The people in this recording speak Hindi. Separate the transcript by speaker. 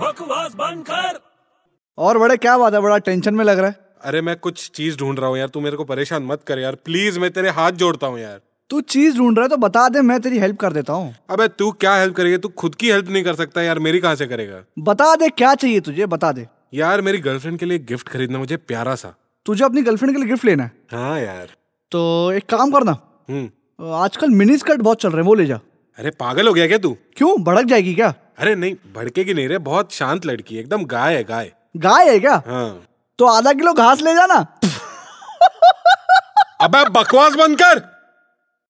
Speaker 1: बकवास बंद कर
Speaker 2: और बड़े क्या बात है बड़ा टेंशन में लग रहा है
Speaker 3: अरे मैं कुछ चीज ढूंढ रहा हूँ यार तू मेरे को परेशान मत कर यार प्लीज मैं तेरे हाथ जोड़ता हूँ यार
Speaker 2: तू चीज ढूंढ रहा है तो बता दे मैं तेरी हेल्प कर देता हूँ
Speaker 3: अबे तू क्या हेल्प करेगा तू खुद की हेल्प नहीं कर सकता यार मेरी कहाँ से करेगा
Speaker 2: बता दे क्या चाहिए तुझे बता दे
Speaker 3: यार मेरी गर्लफ्रेंड के लिए गिफ्ट खरीदना मुझे प्यारा सा
Speaker 2: तुझे अपनी गर्लफ्रेंड के लिए गिफ्ट लेना है
Speaker 3: हाँ यार
Speaker 2: तो एक काम करना
Speaker 3: हम्म
Speaker 2: आजकल मिनी स्कर्ट बहुत चल रहे हैं वो ले जा
Speaker 3: अरे पागल हो गया क्या तू
Speaker 2: क्यों भड़क जाएगी क्या
Speaker 3: अरे नहीं भड़केगी नहीं रे बहुत शांत लड़की है एकदम गाय है गाय
Speaker 2: गाय है क्या
Speaker 3: हाँ
Speaker 2: तो आधा किलो घास ले जाना
Speaker 3: अबे बकवास बंद कर